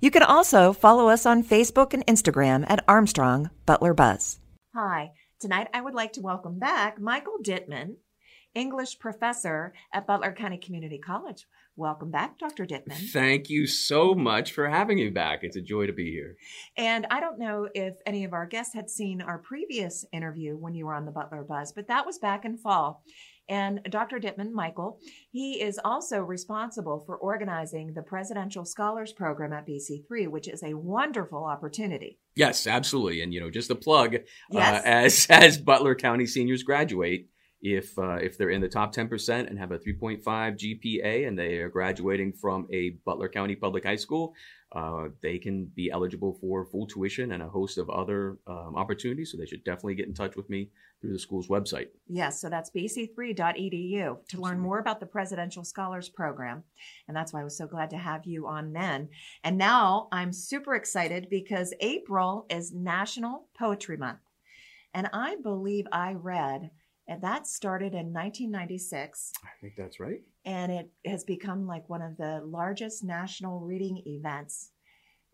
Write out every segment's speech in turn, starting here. You can also follow us on Facebook and Instagram at Armstrong Butler Buzz. Hi, tonight I would like to welcome back Michael Dittman, English professor at Butler County Community College. Welcome back, Dr. Dittman. Thank you so much for having me back. It's a joy to be here. And I don't know if any of our guests had seen our previous interview when you were on the Butler Buzz, but that was back in fall. And Dr. Dittman, Michael, he is also responsible for organizing the Presidential Scholars Program at BC3, which is a wonderful opportunity. Yes, absolutely. And you know, just a plug Yes. uh, as as Butler County seniors graduate, if uh, if they're in the top 10% and have a 3.5 GPA and they are graduating from a Butler County public high school, uh, they can be eligible for full tuition and a host of other um, opportunities. So they should definitely get in touch with me through the school's website. Yes, so that's bc3.edu E to learn more about the Presidential Scholars Program. And that's why I was so glad to have you on then. And now I'm super excited because April is National Poetry Month. And I believe I read and that started in 1996 I think that's right. and it has become like one of the largest national reading events.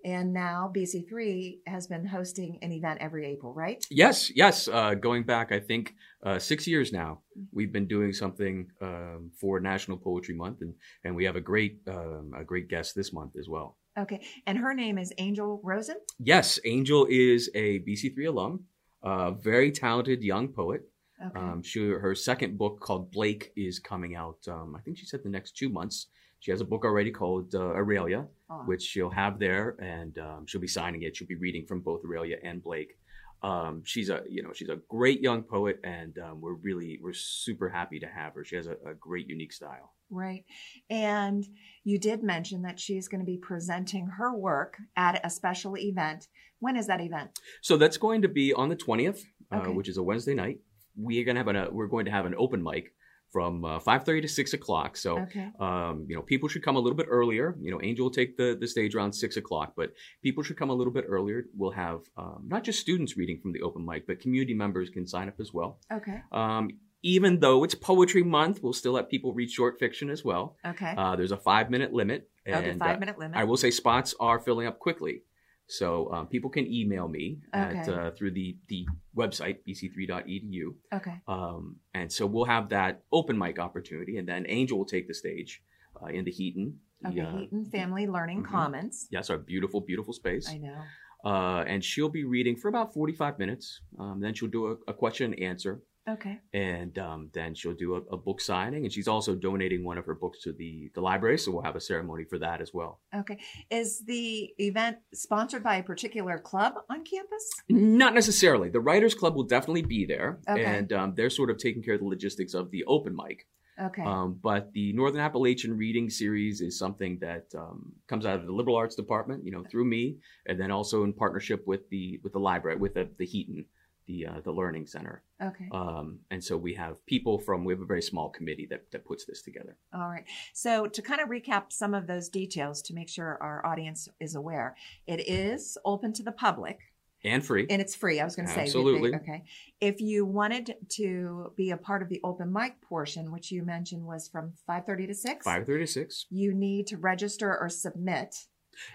And now BC3 has been hosting an event every April, right? Yes, yes. Uh, going back, I think uh, six years now, we've been doing something um, for National Poetry Month, and and we have a great um, a great guest this month as well. Okay. And her name is Angel Rosen. Yes, Angel is a BC3 alum, uh, very talented young poet. Okay. Um, she, her second book called Blake is coming out. Um, I think she said the next two months. She has a book already called uh, Aurelia, Oh. which she'll have there, and um, she'll be signing it. She'll be reading from both Aurelia and Blake. Um, she's a you know she's a great young poet, and um, we're really we're super happy to have her. She has a, a great unique style. Right. And you did mention that she's going to be presenting her work at a special event. When is that event? So that's going to be on the twentieth, Okay. uh, which is a Wednesday night. We are gonna have an uh, we're going to have an open mic from uh, five thirty to six o'clock. So Okay. um, you know, people should come a little bit earlier. You know, Angel will take the, the stage around six o'clock, but people should come a little bit earlier. We'll have um, not just students reading from the open mic, but community members can sign up as well. Okay. Um, even though it's Poetry Month, we'll still let people read short fiction as well. Okay. Uh, there's a five minute limit, okay. and uh, Five minute limit. I will say spots are filling up quickly. So um, people can email me at, Okay. uh, through the, the website, bc3.edu. okay. E Um, and so we'll have that open mic opportunity, and then Angel will take the stage uh, in the Heaton. the, Okay. uh, Heaton Family Learning mhm. Commons. Yes, our beautiful, beautiful space. I know. Uh, and she'll be reading for about 45 minutes. Um, then she'll do a, a question and answer. Okay. And um, then she'll do a, a book signing. And she's also donating one of her books to the, the library. So we'll have a ceremony for that as well. Okay. Is the event sponsored by a particular club on campus? Not necessarily. The Writers Club will definitely be there. Okay. And um, they're sort of taking care of the logistics of the open mic. Okay. Um, but the Northern Appalachian Reading Series is something that um, comes out of the Liberal Arts Department, you know, through me, and then also in partnership with the with the library, with the, the Heaton, the uh, the Learning Center. okay. Um, and so we have people from we have a very small committee that that puts this together. All right. So, to kind of recap some of those details to make sure our audience is aware, it is open to the public. And free. And it's free. I was going to say. that they- Absolutely. okay. If you wanted to be a part of the open mic portion, which you mentioned was from 5:30 to 6, Five thirty six. you need to register or submit.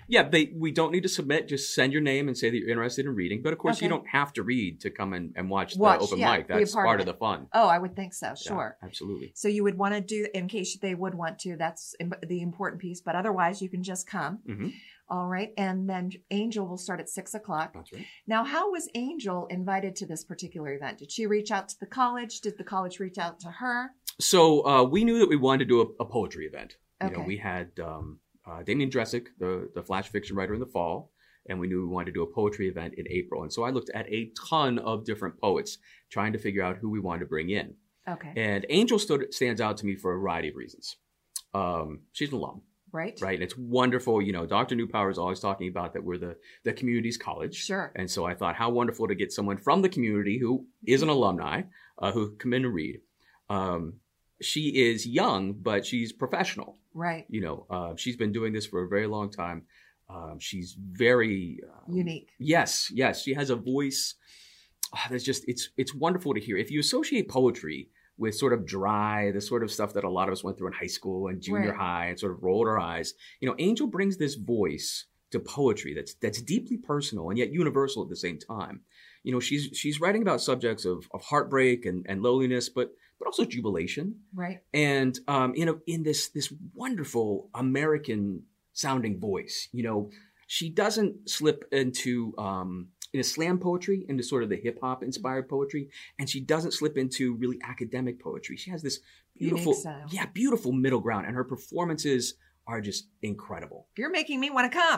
Yeah, they we don't need to submit. Just send your name and say that you're interested in reading. But of course, you Okay. don't have to read to come in and watch, Watch, the open yeah, mic. be a That's part part, of of, it. the fun. Oh, I would think so. Yeah, Sure. absolutely. So you would want to do in case they would want to. That's im- the important piece. But otherwise, you can just come. hmm All right. And then Angel will start at six o'clock. That's right. Now, how was Angel invited to this particular event? Did she reach out to the college? Did the college reach out to her? so uh, we knew that we wanted to do a, a poetry event. You know, Okay. we had um, uh, Damien Dressick, the the flash fiction writer, in the fall, and we knew we wanted to do a poetry event in April. And so I looked at a ton of different poets, trying to figure out who we wanted to bring in. Okay. And Angel stood, stands out to me for a variety of reasons. Um, she's an alum. Right. right? And it's wonderful. You know, Dr. Newpower is always talking about that we're the, the community's college. Sure. And so I thought, how wonderful to get someone from the community who is an alumni uh, who come in and read. Um, she is young, but she's professional. Right. You know, uh, she's been doing this for a very long time. Um, she's very uh, Unique. Yes, yes, she has a voice ah, that's just it's it's wonderful to hear. If you associate poetry with sort of dry, the sort of stuff that a lot of us went through in high school and junior Right. high and sort of rolled our eyes, you know, Angel brings this voice to poetry that's that's deeply personal and yet universal at the same time. You know, she's she's writing about subjects of of heartbreak and, and loneliness, but but also jubilation Right. and um, in a, in this this wonderful American sounding voice. You know, she doesn't slip into um, into slam poetry, into sort of the hip hop inspired Mm-hmm. poetry, and she doesn't slip into really academic poetry. She has this Unique beautiful, style. yeah, beautiful middle ground, and her performances are just incredible. You're making me want to come.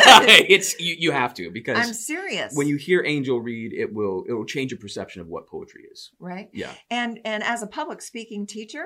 it's you, you have to because I'm serious. when you hear Angel read, it will it will change your perception of what poetry is. right. Yeah. and and as a public speaking teacher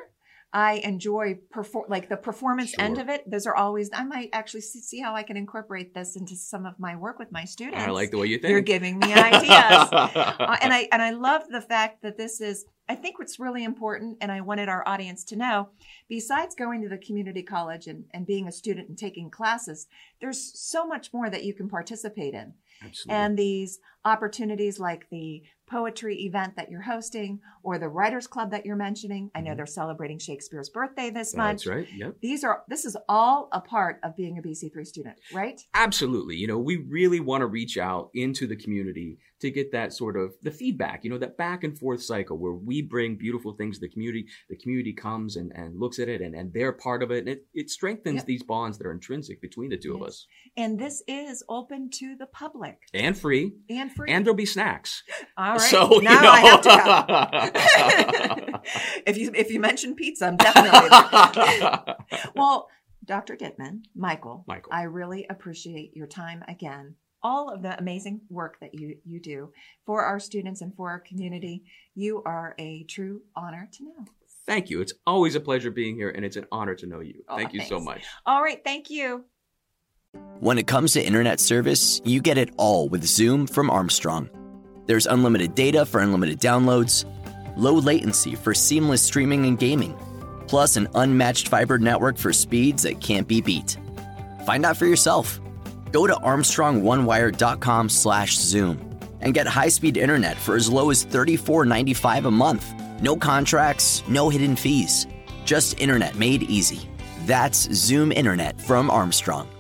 i enjoy perform like the performance Sure. end of it those are always i might actually see, see how i can incorporate this into some of my work with my students I like the way you think. you're giving me ideas Uh, and i and i love the fact that this is i think what's really important and i wanted our audience to know besides going to the community college and, and being a student and taking classes there's so much more that you can participate in Absolutely. and these opportunities like the poetry event that you're hosting or the writers club that you're mentioning i know Mhm. they're celebrating shakespeare's birthday this month that's right. Yep. these are this is all a part of being a bc3 student right Absolutely. You know, we really want to reach out into the community to get that sort of the feedback, you know, that back and forth cycle where we bring beautiful things to the community. The community comes and, and looks at it and, and they're part of it. And it, it strengthens Yeah. these bonds that are intrinsic between the two of Yes. us and this is open to the public and free. and free And there'll be snacks. all right So you now i have to go know. if you if you mention pizza i'm definitely there. well dr dittman michael Michael. I really appreciate your time again. All of the amazing work that you, you do for our students and for our community. You are a true honor to know. Thank you. It's always a pleasure being here and it's an honor to know you. Aw, Thank you so Oh, thanks. much. All right, thank you. When it comes to internet service, you get it all with Zoom from Armstrong. There's unlimited data for unlimited downloads, low latency for seamless streaming and gaming, plus an unmatched fiber network for speeds that can't be beat. Find out for yourself. Go to armstrongonewire.com/zoom and get high-speed internet for as low as $34.95 a month. No contracts, no hidden fees. Just internet made easy. That's Zoom internet from Armstrong.